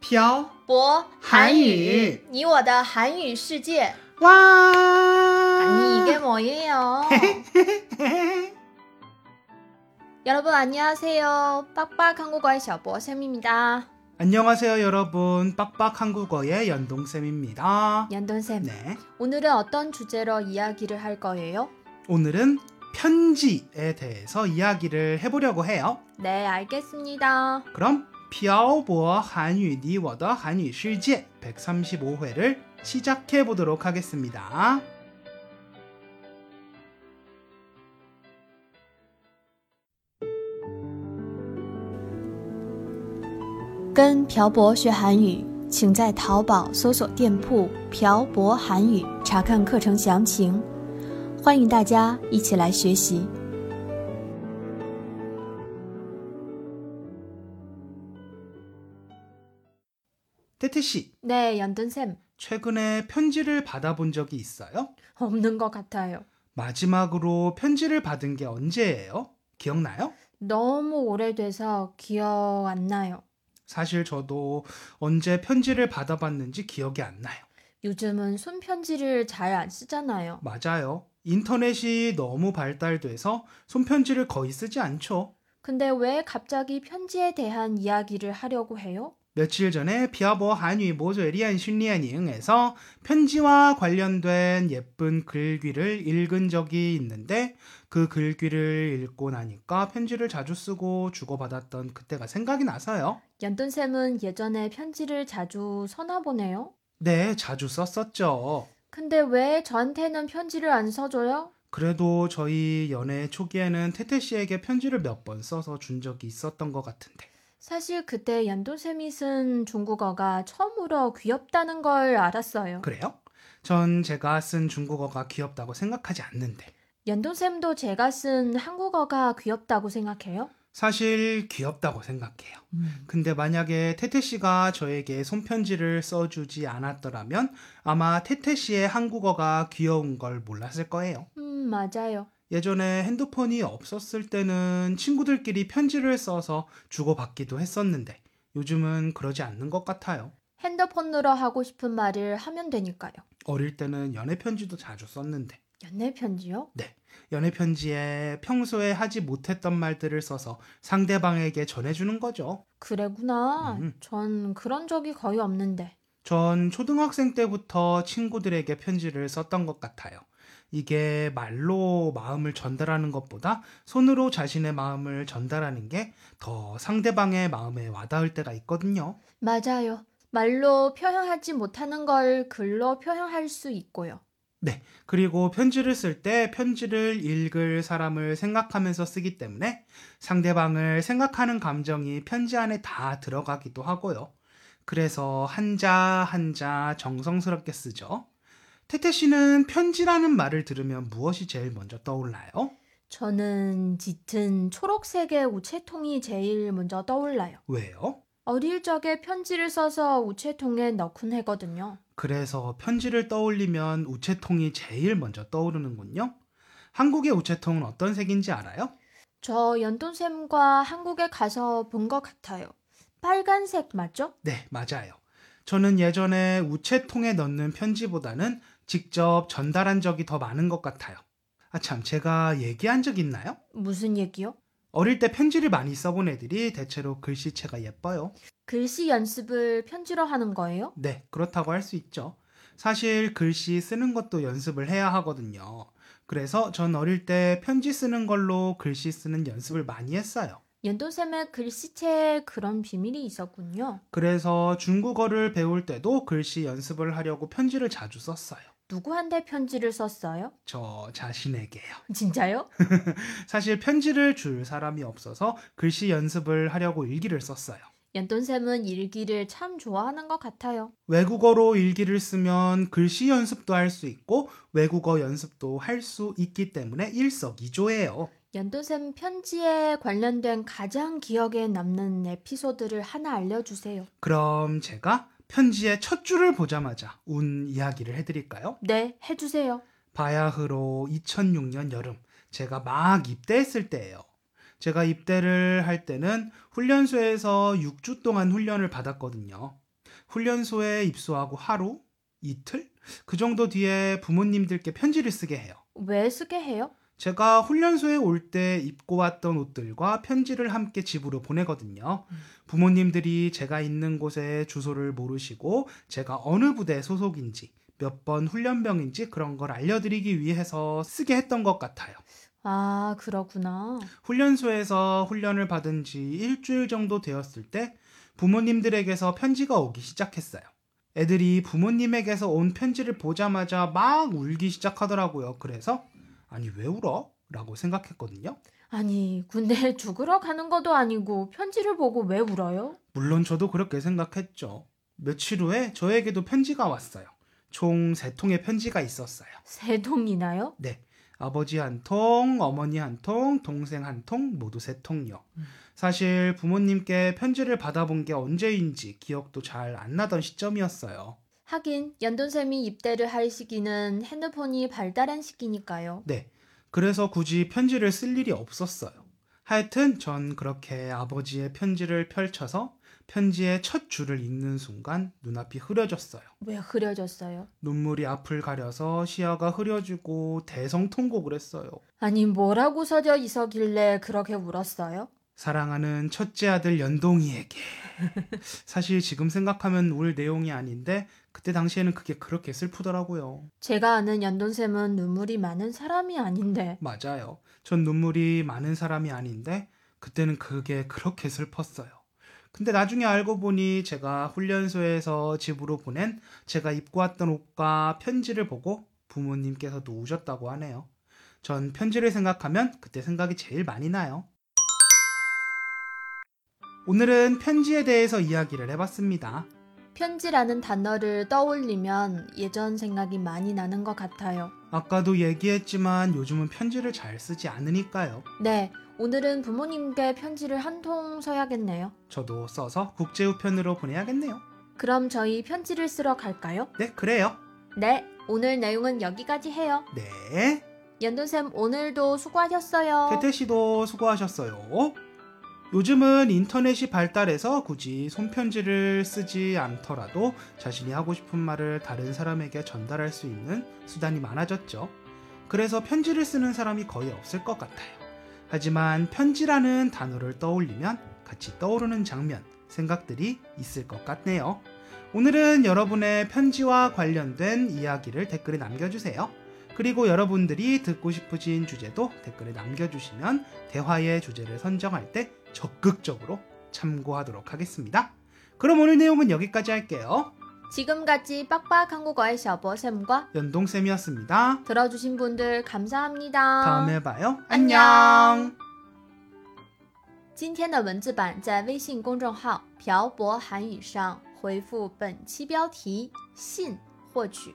漂博韩语，你我的韩语世界。 와. 아니 이게 뭐예요? 여러분 안녕하세요. 빡빡 한국어의 小博쌤입니다. 안녕하세요 여러분 빡빡 한국어의 연동쌤입니다. 연돈쌤, 네 오늘은 어떤 주제로 이야기를 할 거예요? 오늘은 편지에 대해서 이야기를 해보려고 해요. 네, 알겠습니다. 그럼 피아오보어 한유 니워더 한유 실제 135회를 시작해 보도록 하겠습니다. 跟朴博学韩语，请在淘宝搜索店铺“朴博韩语”查看课程详情。欢迎大家一起来学习。 태태 씨 네, 연돈쌤. 최근에 편지를 받아본 적이 있어요? 없는 것 같아요. 마지막으로 편지를 받은 게 언제예요? 기억나요? 너무 오래돼서 기억 안 나요. 사실 저도 언제 편지를 받아봤는지 기억이 안 나요. 요즘은 손편지를 잘 안 쓰잖아요. 맞아요. 인터넷이 너무 발달돼서 손편지를 거의 쓰지 않죠. 근데 왜 갑자기 편지에 대한 이야기를 하려고 해요? 며칠 전에 비아보 한위 모조 리안 슌리안이응에서 편지와 관련된 예쁜 글귀를 읽은 적이 있는데 그 글귀를 읽고 나니까 편지를 자주 쓰고 주고받았던 그때가 생각이 나서요. 연돈쌤은 예전에 편지를 자주 써나 보네요. 네, 자주 썼었죠. 근데 왜 저한테는 편지를 안 써줘요? 그래도 저희 연애 초기에는 태태 씨에게 편지를 몇 번 써서 준 적이 있었던 것 같은데. 사실 그때 연돈쌤이 쓴 중국어가 처음으로 귀엽다는 걸 알았어요. 그래요? 전 제가 쓴 중국어가 귀엽다고 생각하지 않는데. 연돈쌤도 제가 쓴 한국어가 귀엽다고 생각해요? 사실 귀엽다고 생각해요. 근데 만약에 태태 씨가 저에게 손편지를 써주지 않았더라면 아마 태태 씨의 한국어가 귀여운 걸 몰랐을 거예요. 음, 맞아요. 예전에 핸드폰이 없었을 때는 친구들끼리 편지를 써서 주고받기도 했었는데 요즘은 그러지 않는 것 같아요. 핸드폰으로 하고 싶은 말을 하면 되니까요. 어릴 때는 연애 편지도 자주 썼는데 연애 편지요? 연애 편지에 평소에 하지 못했던 말들을 써서 상대방에게 전해주는 거죠. 그래구나. 음. 전 그런 적이 거의 없는데. 전 초등학생 때부터 친구들에게 편지를 썼던 것 같아요. 이게 말로 마음을 전달하는 것보다 손으로 자신의 마음을 전달하는 게 더 상대방의 마음에 와닿을 때가 있거든요. 맞아요. 말로 표현하지 못하는 걸 글로 표현할 수 있고요. 그리고 편지를 쓸 때 편지를 읽을 사람을 생각하면서 쓰기 때문에 상대방을 생각하는 감정이 편지 안에 다 들어가기도 하고요. 그래서 한자 한자 정성스럽게 쓰죠. 태태 씨는 편지라는 말을 들으면 무엇이 제일 먼저 떠올라요? 저는 짙은 초록색의 우체통이 제일 먼저 떠올라요. 왜요? 어릴 적에 편지를 써서 우체통에 넣곤 했거든요. 그래서 편지를 떠올리면 우체통이 제일 먼저 떠오르는군요. 한국의 우체통은 어떤 색인지 알아요? 저 연돈쌤과 한국에 가서 본 것 같아요. 빨간색 맞죠? 네, 맞아요. 저는 예전에 우체통에 넣는 편지보다는 직접 전달한 적이 더 많은 것 같아요. 아, 참, 제가 얘기한 적 있나요? 무슨 얘기요? 어릴 때 편지를 많이 써본 애들이 대체로 글씨체가 예뻐요. 글씨 연습을 편지로 하는 거예요? 네, 그렇다고 할 수 있죠. 사실 글씨 쓰는 것도 연습을 해야 하거든요. 그래서 전 어릴 때 편지 쓰는 걸로 글씨 쓰는 연습을 많이 했어요. 연돈쌤의 글씨체에 그런 비밀이 있었군요. 그래서 중국어를 배울 때도 글씨 연습을 하려고 편지를 자주 썼어요. 누구한테 편지를 썼어요? 저 자신에게요. 진짜요? 사실 편지를 줄 사람이 없어서 글씨 연습을 하려고 일기를 썼어요. 연돈쌤은 일기를 참 좋아하는 것 같아요. 외국어로 일기를 쓰면 글씨 연습도 할 수 있고 외국어 연습도 할 수 있기 때문에 일석이조예요. 연돈쌤 편지에 관련된 가장 기억에 남는 에피소드를 하나 알려주세요. 그럼 제가 편지의 첫 줄을 보자마자 운 이야기를 해드릴까요? 네, 해주세요. 바야흐로 2006년 여름 제가 막 입대했을 때예요. 제가 입대를 할 때는 훈련소에서 6주 동안 훈련을 받았거든요. 훈련소에 입소하고 하루, 이틀 그 정도 뒤에 부모님들께 편지를 쓰게 해요. 왜 쓰게 해요? 제가 훈련소에 올 때 입고 왔던 옷들과 편지를 함께 집으로 보내거든요. 음. 부모님들이 제가 있는 곳의 주소를 모르시고 제가 어느 부대 소속인지 몇 번 훈련병인지 그런 걸 알려드리기 위해서 쓰게 했던 것 같아요. 아, 그렇구나. 훈련소에서 훈련을 받은 지 일주일 정도 되었을 때 부모님들에게서 편지가 오기 시작했어요. 애들이 부모님에게서 온 편지를 보자마자 막 울기 시작하더라고요. 그래서 아니 왜 울어? 라고 생각했거든요. 아니, 군대에 죽으러 가는 것도 아니고 편지를 보고 왜 울어요? 물론 저도 그렇게 생각했죠. 며칠 후에 저에게도 편지가 왔어요. 총 세 통의 편지가 있었어요. 세 통이나요? 네. 아버지 한 통, 어머니 한 통, 동생 한 통, 모두 세 통요. 음. 사실 부모님께 편지를 받아본 게 언제인지 기억도 잘 안 나던 시점이었어요. 하긴 연돈쌤이 입대를 할 시기는 핸드폰이 발달한 시기니까요. 네. 그래서 굳이 편지를 쓸 일이 없었어요. 하여튼 전 그렇게 아버지의 편지를 펼쳐서 편지의 첫 줄을 읽는 순간 눈앞이 흐려졌어요. 왜 흐려졌어요? 눈물이 앞을 가려서 시야가 흐려지고 대성통곡을 했어요. 아니, 뭐라고 서져 있었길래 그렇게 울었어요? 사랑하는 첫째 아들 연동이에게. 사실 지금 생각하면 울 내용이 아닌데 그때 당시에는 그게 그렇게 슬프더라고요. 제가 아는 연돈쌤은 눈물이 많은 사람이 아닌데. 맞아요. 전 눈물이 많은 사람이 아닌데 그때는 그게 그렇게 슬펐어요. 근데 나중에 알고 보니 제가 훈련소에서 집으로 보낸 제가 입고 왔던 옷과 편지를 보고 부모님께서도 우셨다고 하네요. 전 편지를 생각하면 그때 생각이 제일 많이 나요. 오늘은 편지에 대해서 이야기를 해봤습니다. 편지라는 단어를 떠올리면 예전 생각이 많이 나는 것 같아요. 아까도 얘기했지만 요즘은 편지를 잘 쓰지 않으니까요. 네, 오늘은 부모님께 편지를 한 통 써야겠네요. 저도 써서 국제우편으로 보내야겠네요. 그럼 저희 편지를 쓰러 갈까요? 네, 그래요. 네, 오늘 내용은 여기까지 해요. 네. 연돈쌤 오늘도 수고하셨어요. 태태 씨도 수고하셨어요. 요즘은 인터넷이 발달해서 굳이 손편지를 쓰지 않더라도 자신이 하고 싶은 말을 다른 사람에게 전달할 수 있는 수단이 많아졌죠. 그래서 편지를 쓰는 사람이 거의 없을 것 같아요. 하지만 편지라는 단어를 떠올리면 같이 떠오르는 장면, 생각들이 있을 것 같네요. 오늘은 여러분의 편지와 관련된 이야기를 댓글에 남겨주세요. 그리고 여러분들이 듣고 싶으신 주제도 댓글에 남겨주시면 대화의 주제를 선정할 때 적극적으로 참고하도록 하겠습니다. 그럼 오늘 내용은 여기까지 할게요. 지금까지 빡빡 한국어의 샤버쌤과 연동쌤이었습니다. 들어주신 분들 감사합니다. 다음에 봐요. 어. 안녕. 안녕. 今天的文字版在微信公众号“漂泊韩语”上回复本期标题“信”获取。